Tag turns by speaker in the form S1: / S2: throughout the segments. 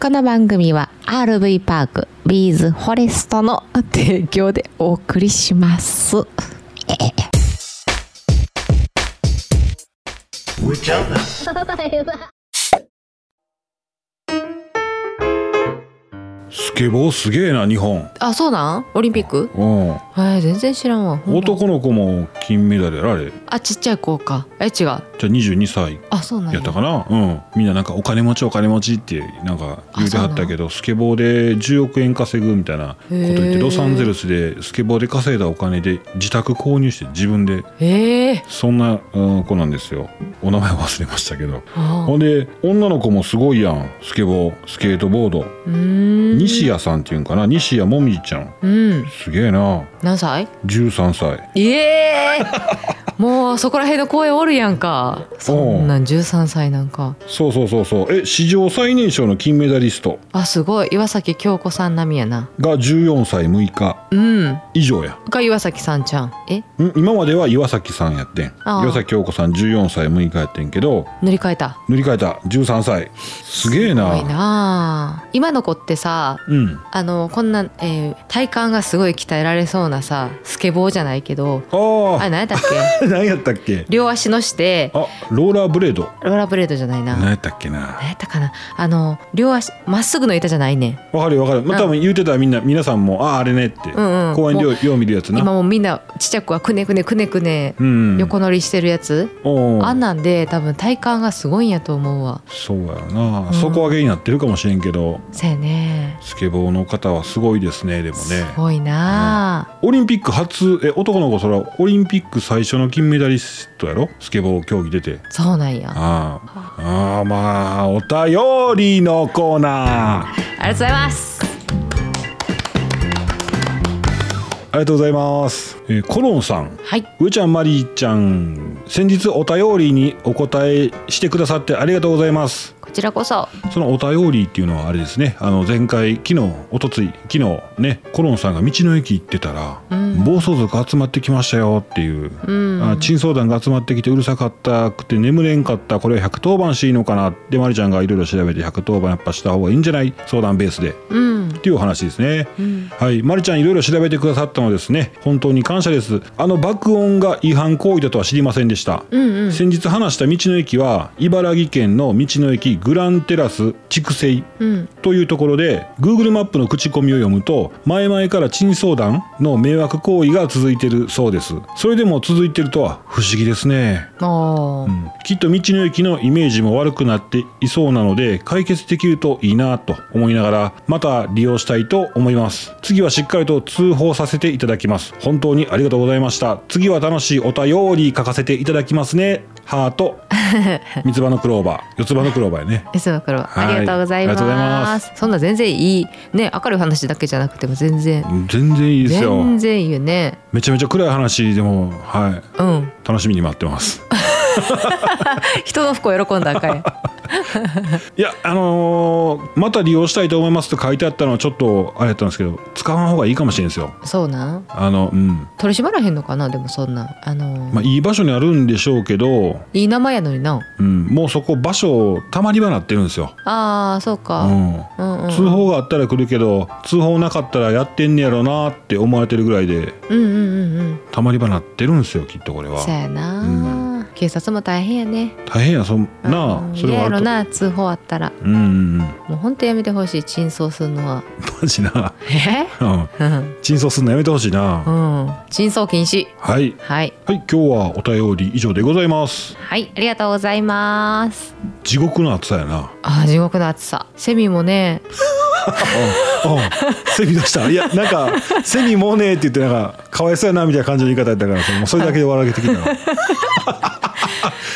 S1: この番組は RV パークビーズフォレストの提供でお送りします。
S2: スケボーすげえな日本、
S1: あ、そうなんオリンピック
S2: うん、
S1: え全然知らんわ。
S2: 男の子も金メダルやろあれじ
S1: あ、ちっちゃい子か。え、違う。
S2: ゃあ22歳
S1: あ、そうなん
S2: やったかな、うん、みんななんかお金持ちお金持ちってなんか言うてはったけどスケボーで10億円稼ぐみたいなこと言っ
S1: へ
S2: て
S1: ー
S2: ロサンゼルスでスケボーで稼いだお金で自宅購入して自分で
S1: ええ
S2: そんな、うん子なんですよお名前忘れましたけど
S1: あ
S2: ほんで女の子もすごいやんスケボースケートボード
S1: うーん。
S2: 西谷さんっていうんかな西谷もみじちゃん
S1: うん。
S2: すげえな
S1: 何歳
S2: 13歳
S1: ええ もうそこら辺の公園おるやんか。そんなん13歳なんか。
S2: そうそうそうそうえ史上最年少の金メダリスト
S1: あ、すごい。岩崎京子さん並みやな。
S2: が14歳6日
S1: うん。
S2: 以上や
S1: が岩崎さんちゃん。え
S2: ん今までは岩崎さんやってん
S1: ああ
S2: 岩崎京子さん14歳6日やってんけど
S1: 塗り替えた。
S2: 塗り替えた13歳すげえ
S1: すご
S2: ない
S1: なあ今の子ってさ
S2: うん
S1: あのこんな、えー体幹がすごい鍛えられそうなさスケボーじゃないけど
S2: あ
S1: あ
S2: あ
S1: 何やったっけ
S2: 何やったっけ
S1: 両足のして
S2: あローラーブレード
S1: ローラーブレードじゃないな
S2: 何
S1: 何
S2: やったっけな
S1: やったかなあの両足まっすぐの板じゃないねん
S2: わかるよわかる、まあ、
S1: うん
S2: 多分言うてたらみんな皆さんもあああれねって、
S1: うんうん
S2: 公園でよよう見るやつ
S1: 今
S2: な
S1: もうみんなちっちゃくはくねくねくねくね
S2: うん
S1: 横乗りしてるやつ、
S2: おう
S1: あんなんで多分体幹がすごいんやと思うわ
S2: そうやろな、
S1: うん
S2: 底上げになってるかもしれんけど
S1: せやね
S2: スケボーの方はすごいですねでも
S1: す
S2: ね
S1: ごいなあ、
S2: オリンピック初え男の子それはオリンピック最初の金メダリストやろスケボー競技出て
S1: そうなんやあ
S2: あああーまあお便りのコーナー
S1: りがとうございます
S2: ありがとうございます、えーコロンさん
S1: はい
S2: 上ちゃんマリーちゃん先日お便りにお答えしてくださってありがとうございます
S1: こちらこそ
S2: そのお便りっていうのはあれですねあの前回昨日おとつい昨日ねコロンさんが道の駅行ってたら、
S1: うん
S2: 暴走族集まってきましたよっていう、
S1: うん
S2: あ珍相談が集まってきてうるさかったくて眠れんかったこれは110番していいのかなでマリちゃんがいろいろ調べて110番やっぱした方がいいんじゃない相談ベースでっ
S1: うん
S2: ていうお話ですね。
S1: うん
S2: はい、まるちゃんいろいろ調べてくださったのですね本当に感謝ですあの爆音が違反行為だとは知りませんでした、
S1: うん
S2: 先日話した道の駅は茨城県の道の駅グランテラス筑西
S1: うん
S2: というところで Google マップの口コミを読むと前々から珍相談の迷惑行為が続いているそうですそれでも続いているとは不思議ですね
S1: あー
S2: きっと道の駅のイメージも悪くなっていそうなので解決できるといいなと思いながらまた利用したいと思います次はしっかりと通報させていただきます本当にありがとうございました次は楽しいお便り書かせていただきますねハ ート三つ葉のクローバー四つ葉のクローバーやね
S1: いつも黒
S2: はい
S1: ありがとうございます
S2: ありがとうございます
S1: そんな全然いいね明るい話だけじゃなくても全然
S2: 全然いいですよ
S1: 全然いいよね
S2: めちゃめちゃ暗い話でもはい
S1: うん
S2: 楽しみに待ってます
S1: 人の服を喜んだらあかい
S2: いやあのーまた利用したいと思いますと書いてあったのはちょっとあれやったんですけど使わん方がいいかもしれんですよ
S1: そうなん
S2: あのうん
S1: 取り締まらへんのかなでもそんなんあのー
S2: まあ、いい場所にあるんでしょうけど、
S1: いい名前やのにな
S2: うん、もうそこ場所たまり場なってるんですよ、
S1: あーそう
S2: う
S1: か、
S2: ん、
S1: うんうん、
S2: 通報があったら来るけど通報なかったらやってんねやろなって思われてるぐらいで
S1: うんうんうんうん
S2: たまり場なってるんですよきっとこれは
S1: そうやな、
S2: う
S1: 警察も大変やね
S2: 大変やそんな
S1: う
S2: あ
S1: ん
S2: それ
S1: 嫌
S2: はあ
S1: や
S2: る
S1: ろ
S2: と
S1: な通報あったら
S2: うんうんうんマ
S1: もうほんとやめてほしい珍相するのは
S2: ジな
S1: え
S2: うん
S1: うん
S2: 珍相すんのやめてほしいな、
S1: うん珍相禁止
S2: はい
S1: はい
S2: はい今日はお便り以上でございます
S1: はいありがとうございます
S2: 地獄の暑さやな
S1: あー地獄の暑さセミもね
S2: うんうんセミ出したいやなんかセミもうねって言ってなんかかわいそうやなみたいな感じの言い方やったからそれもうそれだけで笑けてきたわ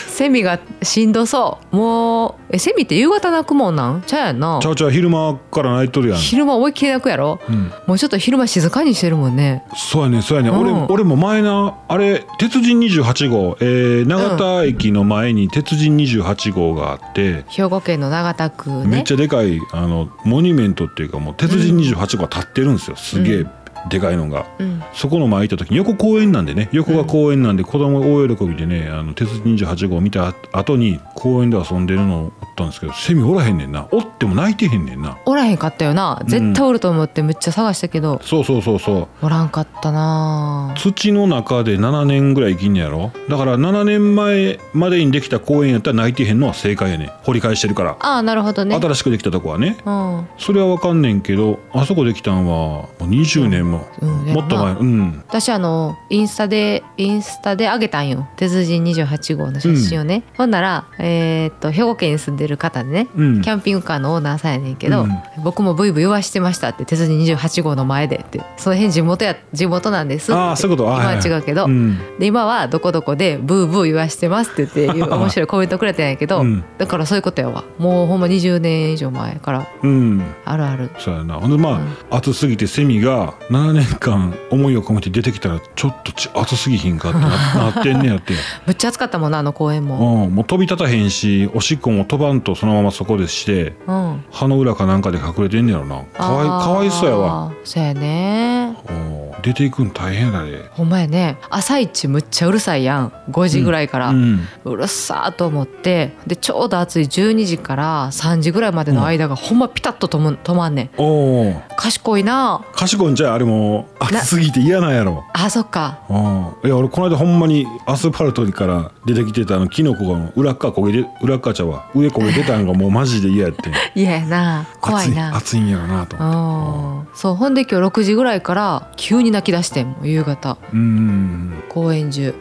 S1: セミがしんどそうもうえセミって夕方鳴くもんなんちゃうやんな
S2: ちゃうちゃう昼間から泣いとるやん、
S1: 昼間思いっきり鳴くやろ
S2: うん、
S1: もうちょっと昼間静かにしてるもんね
S2: そうやねそうやね、
S1: うん
S2: 俺俺も前なあれ鉄人28号、えー、永田駅の前に鉄人28号があって、
S1: 兵庫県の長田区ね
S2: めっちゃでかいあのモニュメントっていうかもう鉄人28号が立ってるんですよすげえ、でかいのが
S1: うん
S2: そこの前行った時に横公園なんでね横が公園なんで子供大喜びでねあの鉄人28号見た後に公園で遊んでるのをったんですけどセミおらへんねんなおっても泣いてへんねんな
S1: おらへんかったよな絶対おると思ってめっちゃ探したけど、
S2: そうそうそうそう
S1: おらんかったな
S2: 土の中で7年ぐらい生きんねやろだから7年前までにできた公園やったら泣いてへんのは正解やねん掘り返してるから、
S1: ああなるほどね
S2: 新しくできたとこはね
S1: うん
S2: それはわかんねんけどあそこできたんはもう20年も、
S1: うんうん
S2: もっと前
S1: ま
S2: うん
S1: 私あのインスタでインスタであげたんよ手筋28号の写真をね、ほんならえーっと兵庫県に住んでる方でね、
S2: うん
S1: キャンピングカーのオーナーさんやねんけど、
S2: うん
S1: 僕もブイブイ言わしてましたって手筋28号の前でってその辺地元や地元なんですって
S2: ああそういうこと
S1: 今
S2: あ
S1: は違うけど、
S2: うん
S1: で今はどこどこでブーブー言わしてますって言って 面白いコメントくれてんやけど、
S2: うん
S1: だからそういうことやわもうほんま20年以上前から
S2: うん
S1: あるある
S2: そうやなほんでまあ、
S1: うん
S2: 暑すぎてセミが7年間思いを込めて出てきたらちょっとち暑すぎひんかってななってんねや って、
S1: むっちゃ暑かったもんなあの公園も、
S2: うん、もう飛び立たへんしおしっこも飛ばんとそのままそこでして
S1: うん、
S2: 歯の裏かなんかで隠れてんねやろなかわい
S1: あー
S2: かわいそうやわ
S1: そうやね
S2: おー出ていくん大変だね
S1: ほんまやね朝一むっちゃうるさいやん5時ぐらいから、う
S2: うん
S1: るさーと思ってでちょうど暑い12時から3時ぐらいまでの間がほんまピタッと止む止まんねん
S2: おお
S1: 賢いな
S2: 賢いんじゃうあれも暑すぎて嫌なんやろ
S1: あそっか
S2: うんいや俺この間ほんまにアスファルトから出てきてたあのキノコが裏っか焦げて裏っかちゃうわ上焦げてたんがもうマジで嫌やってん
S1: 嫌やな怖いな
S2: 暑い暑いんやろなと
S1: あーそうほんで今日6時ぐらいから急に泣き出してんもん夕方
S2: うんうんうん
S1: 公園 中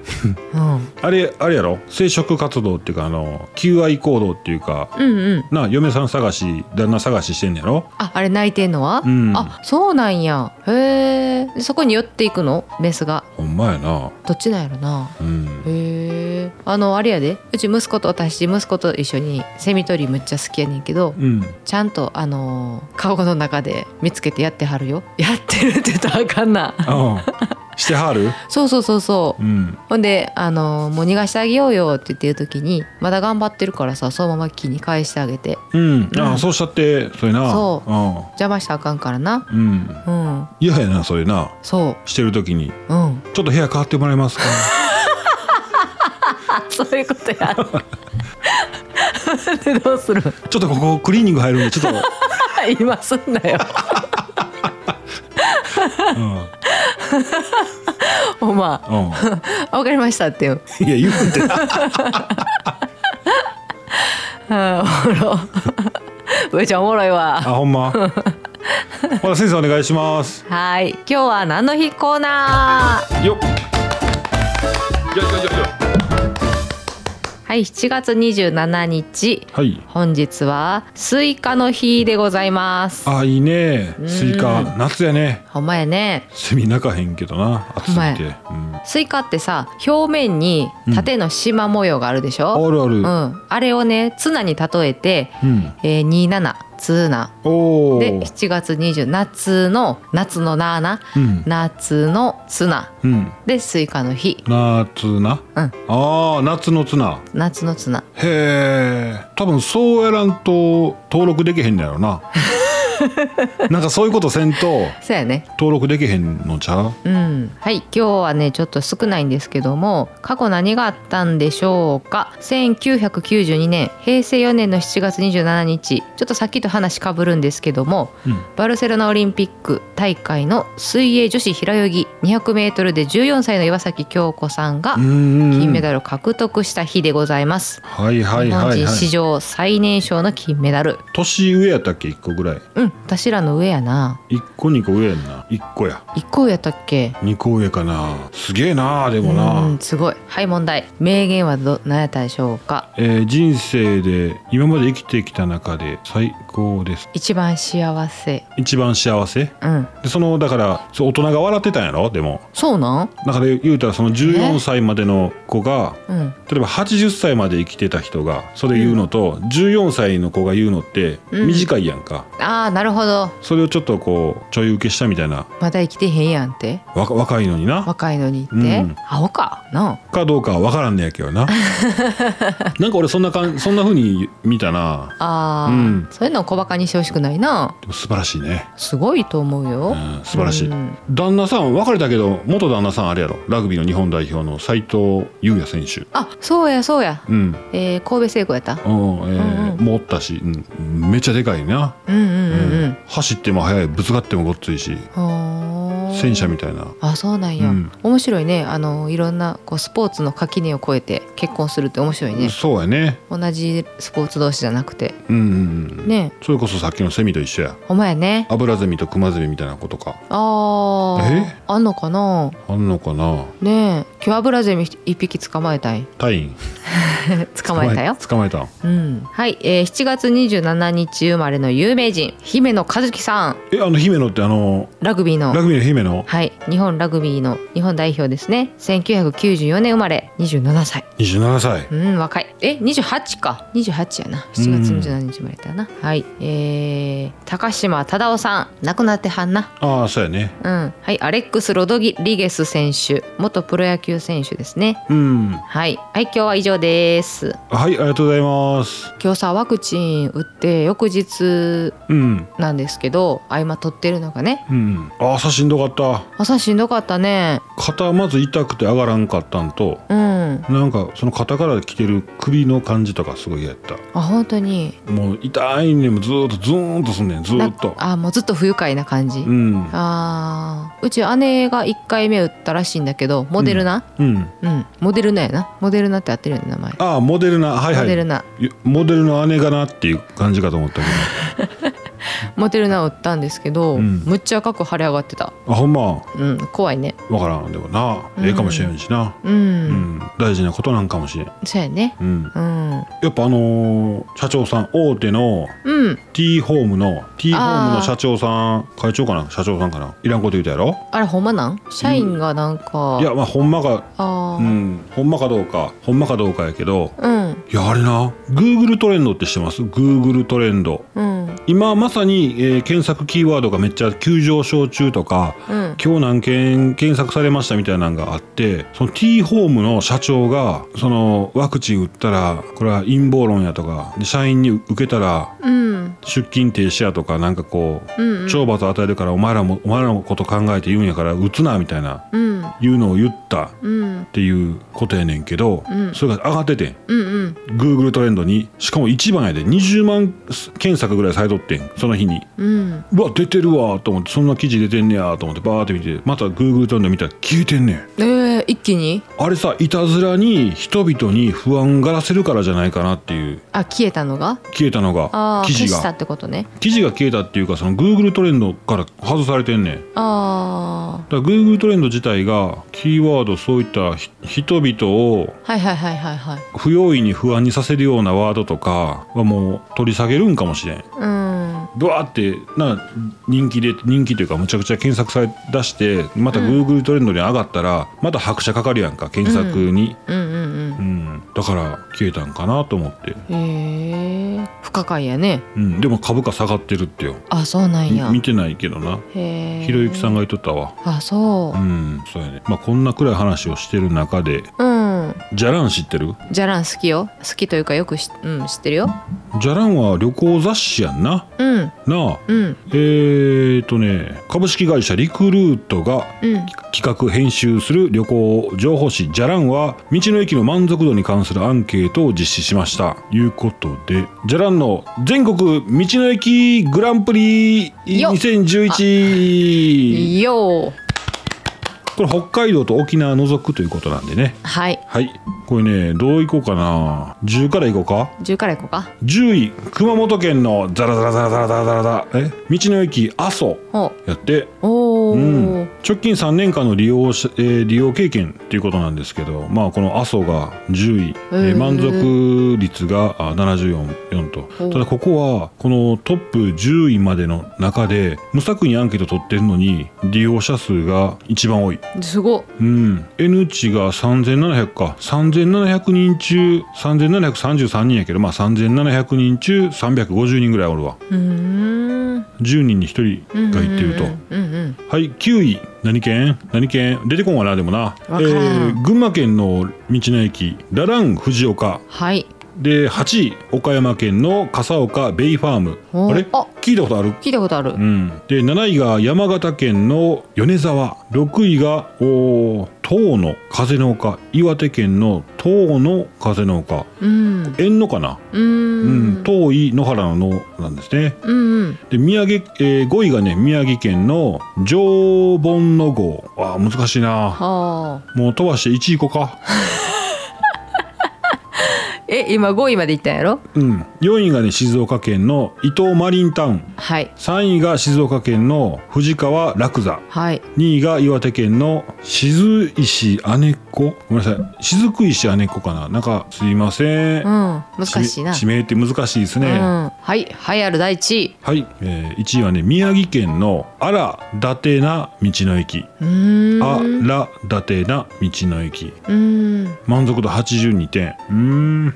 S1: うん
S2: あれあれやろ生殖活動っていうかあの求愛行動っていうか
S1: うんうん
S2: な嫁さん探し旦那探ししてんねやろ
S1: ああれ泣いてんのは、
S2: うん
S1: あそうなんやへえそこに寄っていくのメスが
S2: ほんまやな
S1: どっちなんやろな
S2: うん
S1: へえあのあれやでうち息子と私息子と一緒にセミ取りむっちゃ好きやねんけど
S2: うん
S1: ちゃんとあのー顔の中で見つけてやってはるよ やってるって言ったらあかんな
S2: ああ してはる
S1: そうそうそうそう
S2: うん
S1: ほんで、あのもう逃がしてあげようよって言ってる時にまだ頑張ってるからさそのまま木に返してあげて
S2: うん、あ
S1: う
S2: あ
S1: ん
S2: そうしちゃってそうやな
S1: そ
S2: あ
S1: 邪魔したらあかんからな
S2: あうん
S1: うん
S2: 嫌やなそれな
S1: そ
S2: してる時に
S1: ううん
S2: ちょっと部屋変わってもらえますか
S1: あ そういうことや でどうする
S2: ちょっとここクリーニング入るんでちょっと、
S1: 今すんな よ
S2: うん
S1: ほんま
S2: う
S1: あわかりましたってよ
S2: ん、いや言うてな
S1: あーおもろ 上ちゃんおもろいわ
S2: あほ んまほら先生お願いします
S1: はい今日は何の日コーナー
S2: よっよっよっよっよっ
S1: はい7月27日
S2: はい
S1: 本日はスイカの日でございます
S2: あいいね
S1: うん
S2: スイカ夏やね
S1: ほんまやね
S2: セミ鳴かへんけどな暑すぎて、うん、あ
S1: スイカってさ表面に縦の縞模様があるでしょ、
S2: るある、う
S1: うんんあれをねツナに例えて、えー、27ツナ
S2: おお
S1: で7月20夏の夏のなーな
S2: うん
S1: 夏のツナ
S2: うん
S1: でスイカの日
S2: 夏な、
S1: うん
S2: ああ夏のツナ
S1: 夏のツナ
S2: へえ多分そうやらんと登録できへんのや ろななんかそういうことせんと
S1: そうやね
S2: 登録できへんのちゃう
S1: うんはい今日はねちょっと少ないんですけども過去何があったんでしょうか1992年平成4年の7月27日ちょっとさっきと話かぶるんですけども
S2: うん
S1: バルセロナオリンピック大会の水泳女子平泳ぎ 200m で14歳の岩崎恭子さんが
S2: うん
S1: 金メ
S2: ル
S1: ダルを獲得した日でございます。
S2: はいはい
S1: 日
S2: は
S1: 本人
S2: い、は
S1: 史
S2: い、
S1: 上最年少の金メダル。
S2: 年上やったっけ1個ぐらい
S1: うん、私らの上やな。
S2: 1個2個上やんな1個や
S1: 一個上やったっけ？
S2: 2個上かなすげえなでもな、
S1: うん、すごい。はい、問題。名言はど何やったでしょうか？
S2: えー人生で今まで生きてきた中で最高です
S1: 一番幸せ。
S2: 一番幸せ
S1: うん。
S2: でそのだからそう大人が笑ってたんやろでも
S1: そうなん？
S2: だから言うたらその14歳までの子が
S1: うん。
S2: 例えば80歳まで生きてた人がそれ言うのと、14歳の子が言うのって
S1: うん
S2: 短いやんか、
S1: ああ、なるほど。
S2: それをちょっとこうちょい受けしたみたいな
S1: まだ生きてへんやんって。
S2: 若若いのにな
S1: 若いのにって。
S2: うん
S1: 青か。なあ。
S2: かかどうかは分からんねや けどななんか俺そんなかんそんな風に見たな
S1: ああ、
S2: うん
S1: そういうのを小バカにしてほしくないな
S2: でも素晴らしいね、
S1: すごいと思うよ、
S2: うん、素晴らしい、
S1: うん
S2: 旦那さん別れたけど元旦那さんあれやろラグビーの日本代表の斉藤優也選手
S1: あそうやそうや、
S2: うん
S1: えー神戸聖子やった
S2: うんえー
S1: うんうん
S2: もうおったし、うん、めっちゃでかいな、
S1: うんうんうんうん、
S2: 走っても速いぶつかってもごっついし
S1: はあ
S2: 戦車みたいな
S1: あそうなんや、
S2: うん
S1: 面白いねあのいろんなこうスポーツの垣根を越えて結婚するって面白いね、
S2: そうやね
S1: 同じスポーツ同士じゃなくて
S2: うんうんうん
S1: ね
S2: それこそさっきのセミと一緒や
S1: ほんまやね
S2: アブラゼミとクマゼミみたいなことか
S1: あー
S2: え
S1: あんのかな
S2: あんのかな
S1: ねえキュアブラゼミ一匹捕まえたい
S2: タイン
S1: 捕まえたよ
S2: 捕まえたん
S1: うんはい、えー、7月27日生まれの有名人姫野和樹さん
S2: えあの姫野ってあの
S1: ラグビーの
S2: ラグビーの姫野
S1: はい日本ラグビーの日本代表ですね1994年生まれ27歳
S2: 27歳
S1: うん若いえ28か28やな7月27日生まれたな、はいえー、高島忠夫さん亡くなってはんな
S2: ああそうやね
S1: うんはいアレックス・ロドギリゲス選手元プロ野球選手ですね
S2: うんは
S1: はいはい今日は以上です
S2: いありがとうございます
S1: 今日さワクチン打って翌日
S2: うん
S1: なんですけど合間取ってるのがね
S2: うんあ朝しんどかっ
S1: 朝しんどかったね
S2: た肩まず痛くて上がらんかったんと
S1: うん
S2: なんかその肩から来てる首の感じとかすごい嫌やった
S1: あ本当に
S2: もう痛いねもずーっとズーンとすんねんずーっと
S1: なあもうずっと不愉快な感じ、
S2: うん
S1: あーうち姉が1回目打ったらしいんだけどモデルナ
S2: うん
S1: うん、モデルナやなモデルナって合ってるよね名前、
S2: ああモデルナはいはい
S1: モデルナ
S2: いやモデルの姉かなっていう感じかと思ったけ
S1: モデルナを打ったんですけど、
S2: うん
S1: むっちゃ赤く腫れ上がってた
S2: どあほんま
S1: うん怖いね
S2: わからんでもなええかもしれんしな、
S1: うん、
S2: うん大事なことなんかもしれん、
S1: そうやね
S2: うん、
S1: うん
S2: やっぱあのー社長さん大手の
S1: うん、
S2: T ホームの T ホーム
S1: あ
S2: の
S1: ー
S2: 社長さん会長かな社長さんかないらんこと言うたやろ
S1: あれほんまなん社員がなんか、
S2: いやまあほんまか
S1: あ
S2: う
S1: ー
S2: んほんまかどうかほんまかどうかやけど
S1: うん
S2: いやあれな Google トレンドって知ってます Google トレンド
S1: うん
S2: 今まさに、えー検索キーワードがめっちゃ急上昇中とか
S1: うん
S2: 今日何件検索されましたみたいなのがあってその T ホームの社長がそのワクチン打ったらこれは陰謀論やとかで社員に受けたら
S1: うん
S2: 出勤停止やとかなんかこう
S1: うん
S2: 懲罰与えるからお前らもお前らのこと考えて言うんやから打つなみたいな
S1: うん
S2: いうのを言ったっ
S1: うん
S2: ていうことやねんけど、
S1: うん
S2: それが上がっててん
S1: うんうん
S2: Google トレンドにしかも一番やで20万検索ぐらいされとってんその日に。
S1: うん
S2: うわ出てるわと思ってそんな記事出てんねやと思ってバーって見てまた Google トレンド見たら消えてんねん
S1: えー、一気に
S2: あれさいたずらに人々に不安がらせるからじゃないかなっていう
S1: あ消えたのが
S2: 消えたの
S1: あ
S2: が
S1: ー
S2: 記事
S1: 消した
S2: が
S1: ってことね
S2: 記事が消えたっていうかその Google トレンドから外されてんねんだか
S1: あ
S2: ら Google トレンド自体がキーワードそういったひ人々を
S1: ーはいはいはいはいはい
S2: 不用意に不安にさせるようなワードとかはもう取り下げるんかもしれん
S1: うん
S2: ブワーってな人気で人気というかむちゃくちゃ検索され出してまた Google トレンドに上がったら、また拍車かかるやんか検索に、
S1: うんうん
S2: うんだから消えたんかなと思って、
S1: うんへえ不可解やね
S2: うん、でも株価下がってるってよ
S1: あそうなんや
S2: み見てないけどな
S1: へえ
S2: ひろゆきさんが言っとったわ
S1: あそううん
S2: そうやねまあこんな暗い話をしてる中で
S1: うん
S2: じゃらん知ってる
S1: じゃらん好きよ好きというかよくし、うん、知ってるよ
S2: じゃらんは旅行雑誌やんな
S1: うん
S2: なあ
S1: うん
S2: えー、とね株式会社リクルートが
S1: うん
S2: 企画編集する旅行情報誌「じゃらん」は道の駅の満足度に関するアンケートを実施しましたいうことで「じゃらん」の全国道の駅グランプリ
S1: よっ
S2: 2011
S1: よー
S2: これ北海道と沖縄除くということなんでね
S1: はい
S2: はいこれねどういこうかな10からいこうか
S1: 10からいこうか
S2: 10位熊本県のザラザラザラザラザラザラえ道の駅阿蘇
S1: お
S2: やって
S1: おー、
S2: うん、直近3年間の利用し、えー利用経験っていうことなんですけど、まあ、この阿蘇が10位、えー
S1: へー
S2: 満足率があ74 4と
S1: お
S2: ただここはこのトップ10位までの中で無作為にアンケート取ってるのに利用者数が一番多い、
S1: すごっ
S2: うん、N 値が3700か3700人中3733人やけど、まあ、3700人中350人ぐらいおるわ
S1: うーん
S2: 10人に1人が言っていると、
S1: うんうんうん
S2: はい9位何県何県出てこんわなでもな、え
S1: わからん
S2: ー群馬県の道の駅ララン藤岡
S1: はい
S2: で8位岡山県の笠岡ベイファーム
S1: お
S2: あれ
S1: あ
S2: 聞いたことある
S1: 聞いたことある
S2: うん、で7位が山形県の米沢6位がおー遠野風の丘岩手県の遠野風の丘
S1: うんうん
S2: 遠野かな、
S1: う
S2: うん
S1: ん
S2: 遠い野原の野なんですね
S1: うん
S2: で宮城、え5位がね宮城県の常盆の号あー難しいな
S1: はあ
S2: もう飛ばして1位行こうか、
S1: え今5位までいったんやろ
S2: うん、4位がね静岡県の伊東マリンタウン
S1: はい
S2: 3位が静岡県の藤川楽座
S1: はい
S2: 2位が岩手県の静石姉子ごめんなさい雫石姉子かななんかすいません、
S1: うん難しいな
S2: 地名地名って難しいですね、
S1: うんはい栄えある第一位
S2: はい、え1位はね宮城県のあらだてな道の駅
S1: うーん
S2: あらだてな道の駅
S1: うーん
S2: 満足度82点うー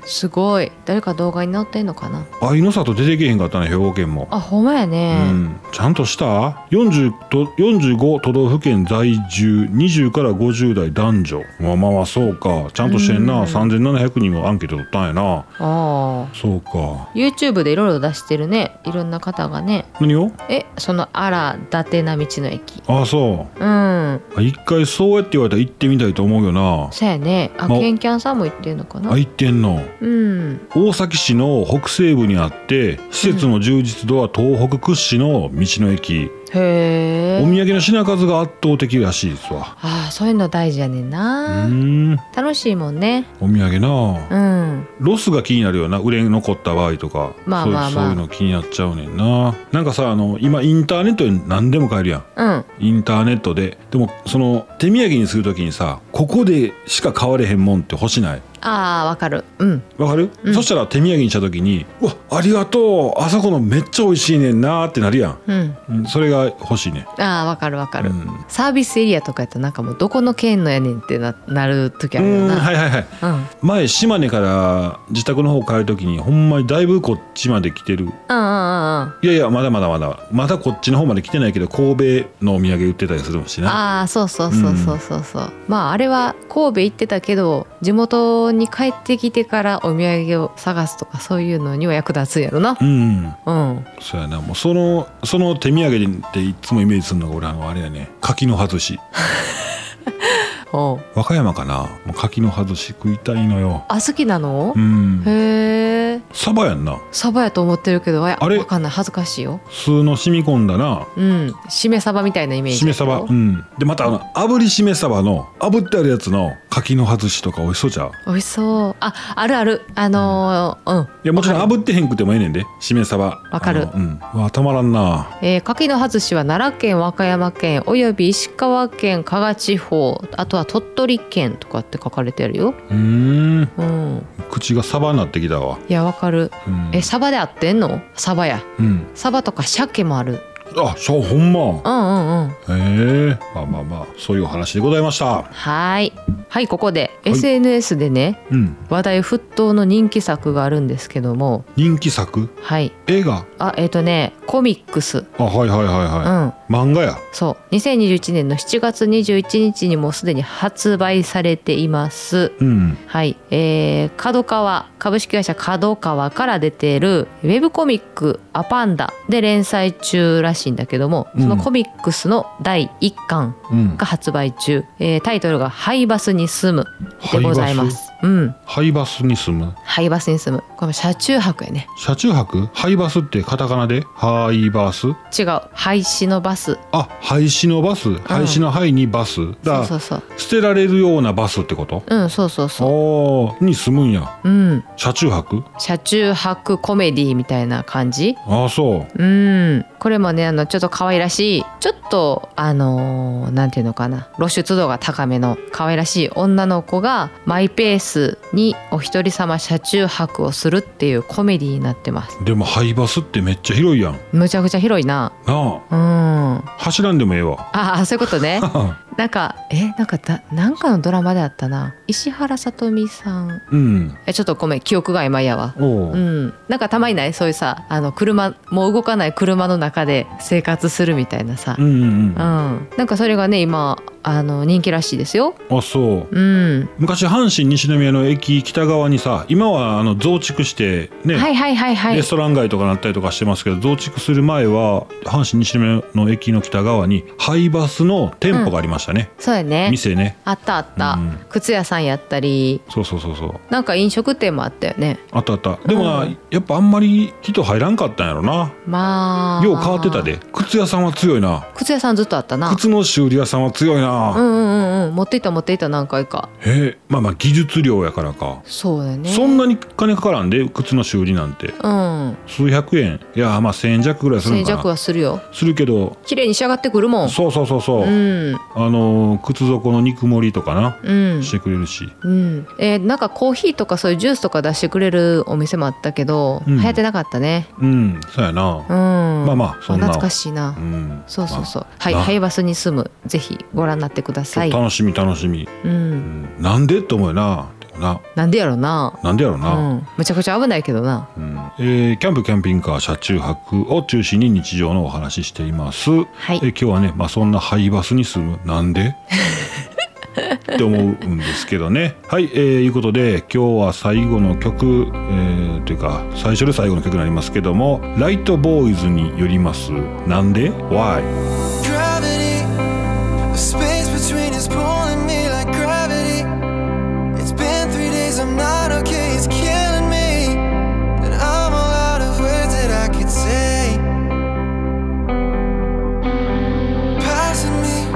S2: ん
S1: すごい誰か動画に載ってんのかな
S2: 愛の里出てけへんかったね兵庫県も
S1: あほんまや
S2: う
S1: ね
S2: ん、ちゃんとした40と45都道府県在住20から50代男女まあまあまあそうかちゃんとしてんな、
S1: うん
S2: 3700人もアンケート取ったんやな
S1: ああ
S2: そうか
S1: YouTube でいろいろ出してるねいろんな方がね
S2: 何を
S1: えそのあら伊達な道の駅
S2: ああそ
S1: うん
S2: うあ一回そうやって言われたら行ってみたいと思うよな
S1: そうやねあ
S2: ま
S1: ケンキャンさんも行ってるのかな
S2: あ行ってんの
S1: うん
S2: 大崎市の北西部にあって施設の充実度は東北屈指の道の駅、
S1: へ
S2: お
S1: え
S2: 土産の品数が圧倒的らしいですわ
S1: ああそういうの大事やねん
S2: う
S1: な
S2: ーん
S1: 楽しいもんね
S2: お土産な
S1: うん
S2: ロスが気になるよな売れ残った場合とか、
S1: まあ
S2: そういう
S1: まあまあ
S2: そういうの気になっちゃうねんななんかさあの今インターネットで何でも買えるやん
S1: うん
S2: インターネットででもその手土産にするときにさここでしか買われへんもんって欲しない
S1: ああわかるうん
S2: わかる、
S1: うん
S2: そしたら手土産にしたときに「うわありがとうあそこのめっちゃ美味しいねんな」ってなるやん、
S1: うん
S2: うんそれが欲しいね
S1: ああわかるわかる、
S2: うん
S1: サービスエリアとかやったらなんかもうどこの県のやねんってななる時あるよ
S2: うん
S1: な
S2: はいはいはい
S1: うん
S2: 前島根から自宅の方帰るときにほんまにだいぶこっちまで来てる
S1: うんうんうんうん
S2: いやいやまだまだまだまだこっちの方まで来てないけど神戸のお土産売ってたりするしな
S1: ああそうそうそうそうそうそう、まああれは神戸行ってたけど地元に帰ってきてからお土産を探すとかそういうのには役立つんやろな
S2: うん
S1: うん
S2: そうやなもうそのその手土産っていつもイメージするのが俺あのあれやね柿の外し
S1: おう
S2: 和歌山かなもう柿の外し食いたいのよ
S1: あ好きなの
S2: う、ん
S1: へえ
S2: サバやんな
S1: サバやと思ってるけどわ
S2: あれ
S1: わかんない恥ずかしいよ
S2: 酢の染み込んだな
S1: うんしめサバみたいなイメージ
S2: しめサバうんでまたあの炙りしめサバの炙ってあるやつの柿の外しとか美味しそうじゃんい
S1: 美味しそうああるあるあのーうん
S2: やもちろん
S1: わかる
S2: 炙ってへんくてもええねんでしめサバ
S1: わかる
S2: あのうんうわたまらんな
S1: えー、柿の外しは奈良県和歌山県および石川県加賀地方あとは鳥取県とかって書かれてるよ
S2: うーん
S1: うん
S2: 口がサバになってきたわ
S1: いやわかる
S2: うん
S1: えサバで合ってんのサバや
S2: うん
S1: サバとか鮭もある
S2: あ、そう、ほんま。
S1: うんうんうん
S2: へえ、まあまあまあ、そういうお話でございました。
S1: はーいはいここで、
S2: い
S1: SNS でね
S2: うん、
S1: 話題沸騰の人気作があるんですけども
S2: 人気作、
S1: はい
S2: 映画。
S1: あえっ、とねコミックス
S2: あ、はいは
S1: う
S2: いはい
S1: ん、
S2: は漫画や。
S1: そう2021年の7月21日にもうすでに発売されています
S2: うん、
S1: はい、えー、角川株式会社角川から出ているウェブコミック「アパンダ」で連載中らしいんだけども
S2: うん
S1: そのコミックスの第1巻
S2: うん。
S1: が発売中、えータイトルが「ハイバスに住む」でございます。うん、
S2: ハイバスに住む。
S1: ハイバスに住むこれも車中泊やね
S2: 車中泊、ハイバスってカタカナで、ハイバス。
S1: 違う廃止のバス
S2: あ、廃止のバス、廃止の廃にバス。
S1: そ
S2: だ
S1: う、そうそう
S2: 捨てられるようなバスってこと。
S1: うんそうそうそう
S2: ああ、に住むんや。
S1: うん
S2: 車中泊。
S1: 車中泊コメディみたいな感じ
S2: ああ、そう。
S1: うん、これもねあのちょっと可愛らしいちょっとあのーなんていうのかな露出度が高めの可愛らしい女の子がマイペースにお一人様車中泊をするっていうコメディになってます
S2: でも、ハイバスってめっちゃ広いやん。
S1: むちゃくちゃ広いな
S2: な
S1: うんあ
S2: あ、走らんでもええわ。
S1: あそういうことねなんかえなんかだなんかのドラマであったな石原さとみさん
S2: うん。
S1: えちょっとごめん記憶が曖昧やわ
S2: お
S1: う
S2: う。
S1: ん、なんかたまにないそういうさあの車もう動かない車の中で生活するみたいなさ、
S2: うんうんうん。
S1: うん、
S2: あ、
S1: なんかそれがね今あの人気らしいですよ、
S2: そう。
S1: うん、
S2: 昔阪神西宮の駅北側にさ、今はあの増築してね、
S1: はいはいはいはい
S2: レストラン街とかなったりとかしてますけど増築する前は阪神西宮の駅の北側にハイバスの店舗がありましたね、
S1: そうやね
S2: 店ね
S1: あったあった、
S2: うん
S1: 靴屋さんやったり
S2: そうそうそうそう
S1: なんか飲食店もあったよね
S2: あったあったでもな、
S1: うん
S2: やっぱあんまり人入らんかったんやろな
S1: まあ
S2: よう変わってたで靴屋さんは強いな
S1: 靴屋さんずっとあったな
S2: 靴の修理屋さんは強いな、
S1: うんうんうんうん持っていった持っていった何回か
S2: へえまあまあ技術量やからか、
S1: そうだね
S2: そんなに金かからんで靴の修理なんて
S1: うん
S2: 数百円いやまあ千円弱ぐらいする
S1: 静
S2: のか
S1: 寂
S2: な
S1: はするよ
S2: するけど
S1: 綺麗に仕上がってくるもん
S2: そうそうそうそう、
S1: うん
S2: あのー靴底の肉盛りとかな、
S1: うん
S2: してくれるし
S1: うんえーなんかコーヒーとかそういうジュースとか出してくれるお店もあったけど、
S2: うん
S1: 流行ってなかったね
S2: うんそうやな
S1: う、んま
S2: あまあそんな
S1: 懐かしいな、
S2: うん
S1: そうそうそう、はい
S2: な
S1: ハイバスに住むぜひご覧になってくだ
S2: ちょ
S1: さ
S2: っ
S1: い
S2: と楽しみ楽しみ、
S1: う
S2: うんん、なんでって思うよなでもな
S1: なんでやろな
S2: なんでやろうな、
S1: うんむちゃくちゃ危ないけどな
S2: うんえーキャンプキャンピングカー車中泊を中心に日常のお話ししています、
S1: はい
S2: えー今日はね、まあ、そんなハイバスに住むなんで って思うんですけどねはい、えーいうことで今日は最後の曲、えーというか最初で最後の曲になりますけどもライトボーイズによりますなんで ?Why?
S3: Gravity, the space between is pulling me like gravity. It's been three days, I'm not okay, it's killing me. And I'm all out of words that I could say. Passing me,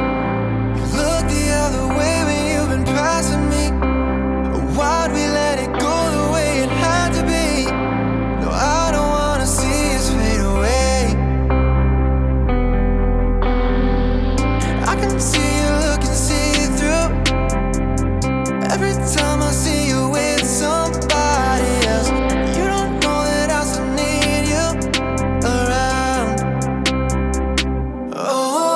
S3: you look the other way when you've been passing me. Why'd we let it go the way it had to be? No, I don't wanna see us fade away. Oh, Oh,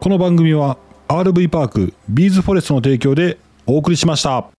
S2: この番組は RV パークビーズフォレストの提供でお送りしました